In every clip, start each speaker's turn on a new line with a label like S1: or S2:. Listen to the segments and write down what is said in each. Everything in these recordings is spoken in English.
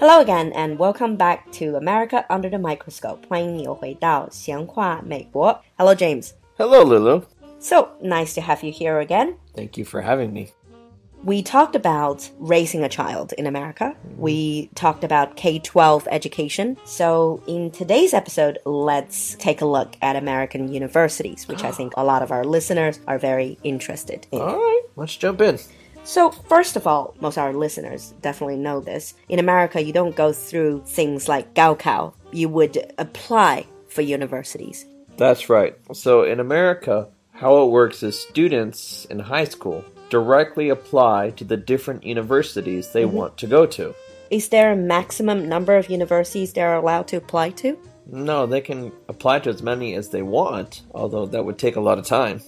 S1: Hello again and welcome back to America Under the Microscope. 欢迎你又回到闲话美国。Hello, James.
S2: Hello, Lulu.
S1: So nice to have you here again.
S2: Thank you for having me.
S1: We talked about raising a child in America. We talked about K 12 education. So, in today's episode, let's take a look at American universities, which I think a lot of our listeners are very interested in.
S2: All right, let's jump in.
S1: So, first of all, most of our listeners definitely know this. In America, you don't go through things like Gaokao, you would apply for universities.
S2: That's right. So, in America, how it works is students in high school directly apply to the different universities they want to go to.
S1: Is there a maximum number of universities they're allowed to apply to?
S2: No, they can apply to as many as they want, although that would take a lot of time.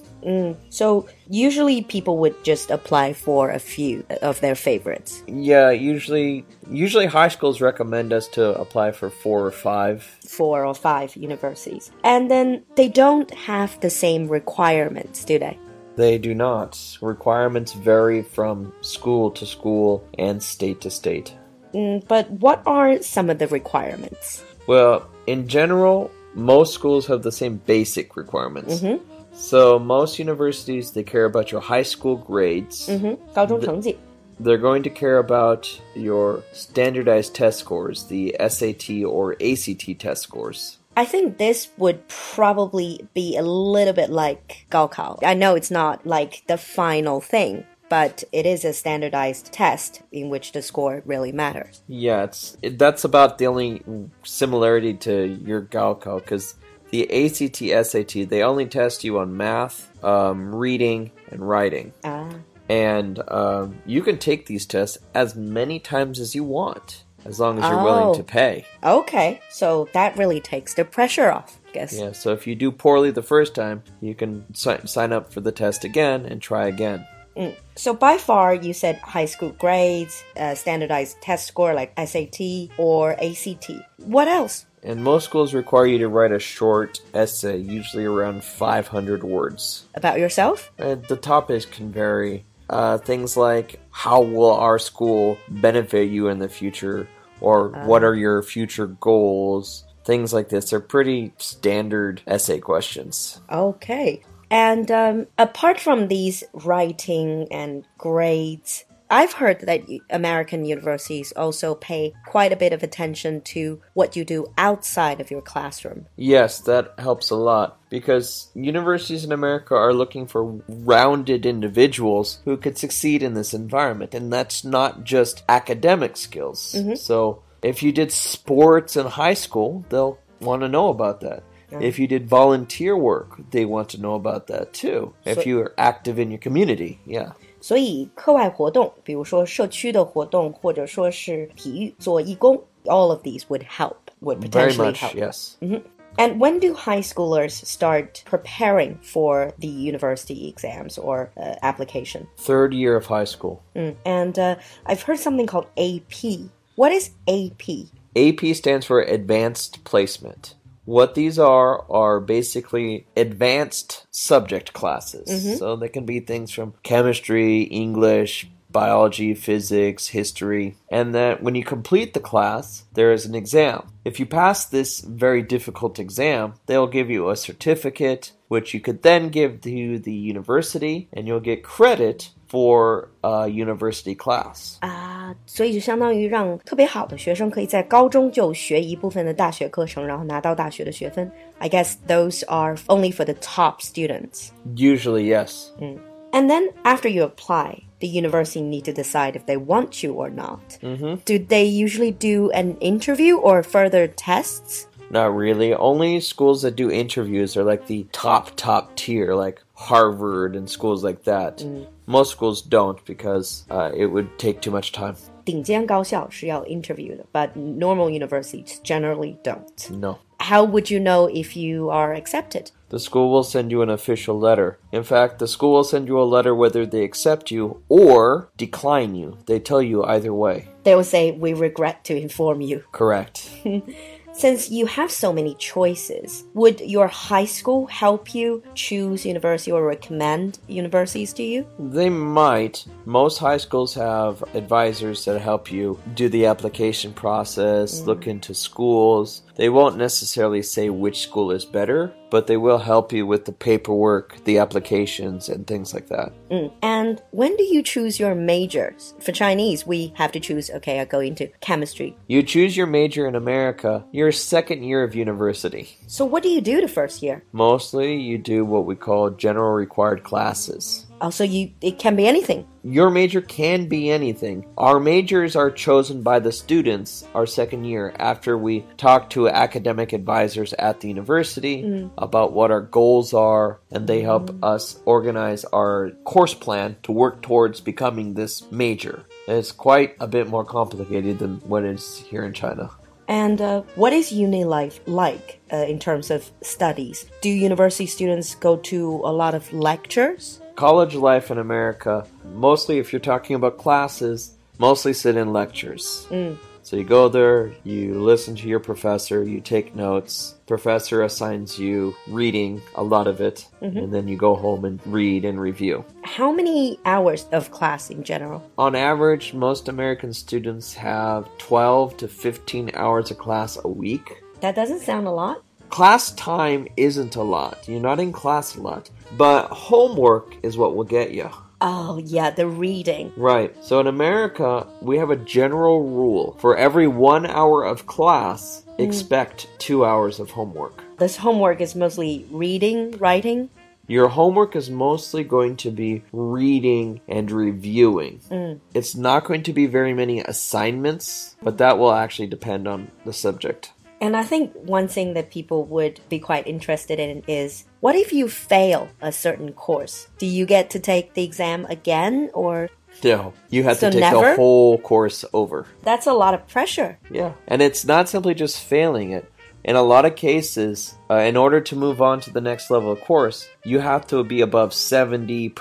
S1: So, usually people would just apply for a few of their favorites.
S2: Yeah, usually usually high schools recommend us to apply for 4 or 5.
S1: four or five universities. And then they don't have the same requirements, do they?
S2: They do not. Requirements vary from school to school and state to state.
S1: Mm, But what are some of the requirements?
S2: Well, in general, most schools have the same basic requirements. So most universities they care about your high school grades.
S1: 高中成绩。
S2: They're going to care about your standardized test scores, the SAT or ACT test scores.
S1: I think this would probably be a little bit like Gaokao. I know it's not like the final thing, but it is a standardized test in which the score really matters.
S2: Yeah, it's it, that's about the only similarity to your Gaokao because the ACT SAT they only test you on math, um, reading, and writing.
S1: Ah.
S2: and um, you can take these tests as many times as you want as long as you're willing to
S1: Oh.
S2: pay
S1: Okay, so that really takes the pressure off, I guess.
S2: yeah so if you do poorly the first time you can si- sign up for the test again and try again
S1: So by far, you said high school grades, uh, standardized test score like SAT or ACT. What else?
S2: and most schools require you to write a short essay usually around 500 words
S1: About yourself?
S2: and the topics can vary uh, things like how will our school benefit you in the future or what are your future goals things like this are pretty standard essay questions
S1: Okay. And um, apart from these writing and grades, I've heard that y- American universities also pay quite a bit of attention to what you do outside of your classroom.
S2: Yes, that helps a lot because universities in America are looking for rounded individuals who could succeed in this environment, and that's not just academic skills.
S1: Mm-hmm.
S2: So, if you did sports in high school, they'll want to know about that. If you did volunteer work, they want to know about that too.
S1: So-
S2: if you are active in your community, yeah.
S1: 所以课外活动，比如说社区的活动，或者说是体育做义工，all of these would help, would
S2: Very
S1: potentially
S2: much,
S1: help. Mm-hmm.
S2: yes.
S1: And when do high schoolers start preparing for the university exams or uh, application?
S2: Third year of high school.
S1: And uh, I've heard something called AP. What is AP?
S2: AP stands for Advanced Placement. What these are are basically advanced subject classes. So they can be things from chemistry, English, biology, physics, history. And that when you complete the class, there is an exam. If you pass this very difficult exam, they'll give you a certificate, which you could then give to the university, and you'll get credit for a university class.
S1: 啊、所以就相当于让特别好的学生可以在高中就学一部分的大学课程，然后拿到大学的学分。I guess those are only for the top students.
S2: Usually, yes.
S1: And then after you apply, the university need to decide if they want you or not. Do they usually do an interview or further tests?
S2: Not really. Only schools that do interviews are like the top, top tier, like Harvard and schools like that. Most schools don't because uh, it would take too much time.
S1: 顶尖高校是要 interview but normal universities generally don't.
S2: No.
S1: How would you know if you are accepted?
S2: The school will send you an official letter. In fact, the school will send you a letter whether they accept you or decline you. They tell you either way.
S1: They will say, We regret to inform you.
S2: Correct.
S1: Since you have so many choices, would your high school help you choose university or recommend universities to you?
S2: They might. Most high schools have advisors that help you do the application process, look into schools. They won't necessarily say which school is better, but they will help you with the paperwork, the applications, and things like that.
S1: Mm. And when do you choose your majors? For Chinese, we have to choose, okay, I go into chemistry.
S2: You choose your major in America your second year of university.
S1: So what do you do the first year?
S2: Mostly, you do what we call general required classes.
S1: Also, Oh, you it can be anything.
S2: Your major can be anything. Our majors are chosen by the students our second year after we talk to academic advisors at the university about what our goals are, and they help us organize our course plan to work towards becoming this major. And it's quite a bit more complicated than what is here in China.
S1: And uh, what is uni life like uh, in terms of studies? Do university students go to a lot of lectures?
S2: College life in America, mostly if you're talking about classes, mostly sit in lectures. So you go there, you listen to your professor, you take notes. Professor assigns you reading a lot of it, and then you go home and read and review.
S1: How many hours of class in general?
S2: On average, most American students have 12 to 15 hours of class a week.
S1: That doesn't sound a lot.
S2: Class time isn't a lot. You're not in class a lot, but homework is what will get you.
S1: Oh, yeah, the reading.
S2: Right. So in America, we have a general rule for every one hour of class,
S1: Hmm.
S2: expect two hours of homework.
S1: This homework is mostly reading, writing.
S2: Your homework is mostly going to be reading and reviewing.
S1: Hmm.
S2: It's not going to be very many assignments, but that will actually depend on the subject.
S1: And I think one thing that people would be quite interested in is what if you fail a certain course? Do you get to take the exam again or
S2: No, you have
S1: So
S2: to take
S1: never?
S2: the whole course over.
S1: that's a lot of pressure.
S2: Yeah. And it's not simply just failing it. In a lot of cases, uh, in order to move on to the next level of course, you have to be above 70%.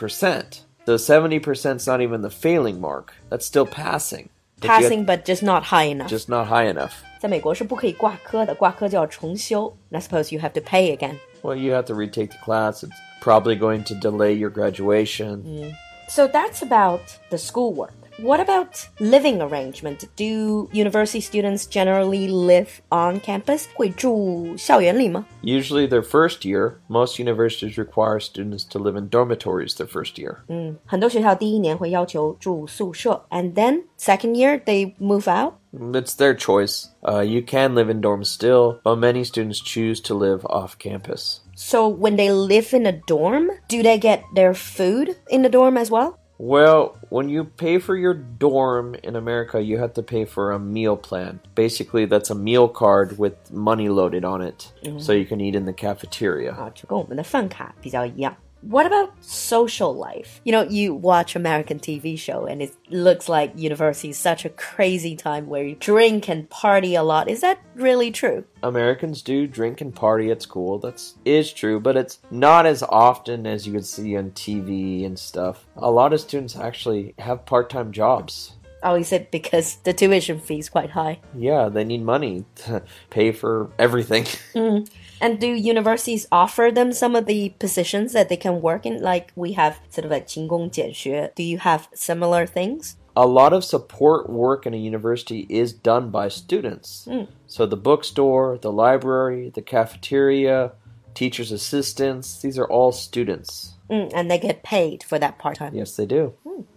S2: So 70% is not even the failing mark. That's still passing. But you have-
S1: Passing but just not high enough.
S2: just not high enough.
S1: 在美国是不可以挂科的，挂科就要重修。And I suppose you have to pay again.
S2: Well, you have to retake the class. It's probably going to delay your graduation.
S1: So that's about the schoolwork. What about living arrangement? Do university students generally live on campus? 会住校园里吗？
S2: Usually, their first year, most universities require students to live in dormitories their first year.
S1: 很多学校第一年会要求住宿舍，and then second year they move out.
S2: It's their choice. Uh, you can live in dorms still, but many students choose to live off campus.
S1: So when they live in a dorm, do they get their food in the dorm as well?
S2: Well, when you pay for your dorm in America, you have to pay for a meal plan. Basically, that's a meal card with money loaded on it, so you can eat in the cafeteria.
S1: 啊，就跟我们的饭卡比较一样。What about social life? You know, you watch American TV show and it looks like university is such a crazy time where you drink and party a lot. Is that really true?
S2: Americans do drink and party at school. That's is true, but it's not as often as you would see on TV and stuff. A lot of students actually have part-time jobs.
S1: Oh, is it because the tuition fee is quite high?
S2: Yeah, they need money to pay for everything.
S1: And do universities offer them some of the positions that they can work in? Like we have sort of like 勤工俭学. Do you have similar things?
S2: a lot of support work in a university is done by students. So the bookstore, the library, the cafeteria, teachers' assistants, these are all students.
S1: Mm, and they get paid for that part time.
S2: Yes, they do.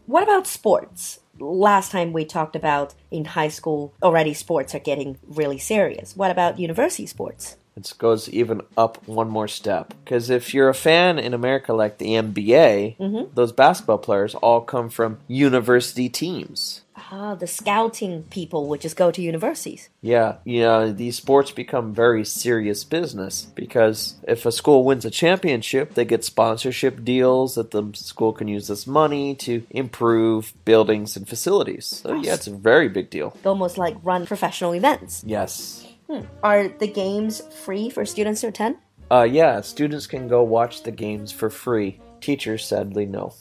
S1: What about sports? Last time we talked about in high school, already sports are getting really serious. What about university sports?
S2: It goes even up one more step. Because if you're a fan in America like the NBA, those basketball players all come from university teams.
S1: Ah, the scouting people would just go to universities.
S2: Yeah, you know, these sports become very serious business because if a school wins a championship, they get sponsorship deals that the school can use this money to improve buildings and facilities. So, yeah, it's a very big deal.
S1: Almost like run professional events.
S2: Yes.
S1: Are the games free for students to attend?
S2: Uh, yeah, students can go watch the games for free. Teachers, sadly, no.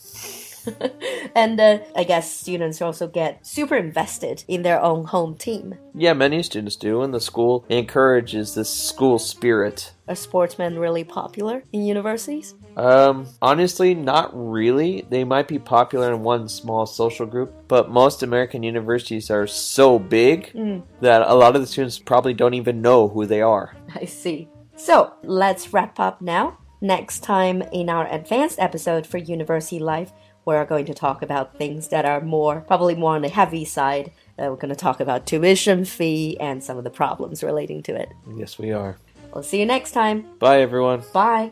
S1: and uh, I guess students also get super invested in their own home team.
S2: Yeah, many students do, and the school encourages this school spirit.
S1: Are sportsmen really popular in universities?
S2: Um, honestly, not really. They might be popular in one small social group, but most American universities are so big that a lot of the students probably don't even know who they are.
S1: I see. So let's wrap up now. Next time in our advanced episode for university life, we're going to talk about things that are more, probably more on the heavy side. Uh, we're going to talk about tuition fee and some of the problems relating to it.
S2: Yes, we are.
S1: We'll see you next time.
S2: Bye, everyone.
S1: Bye.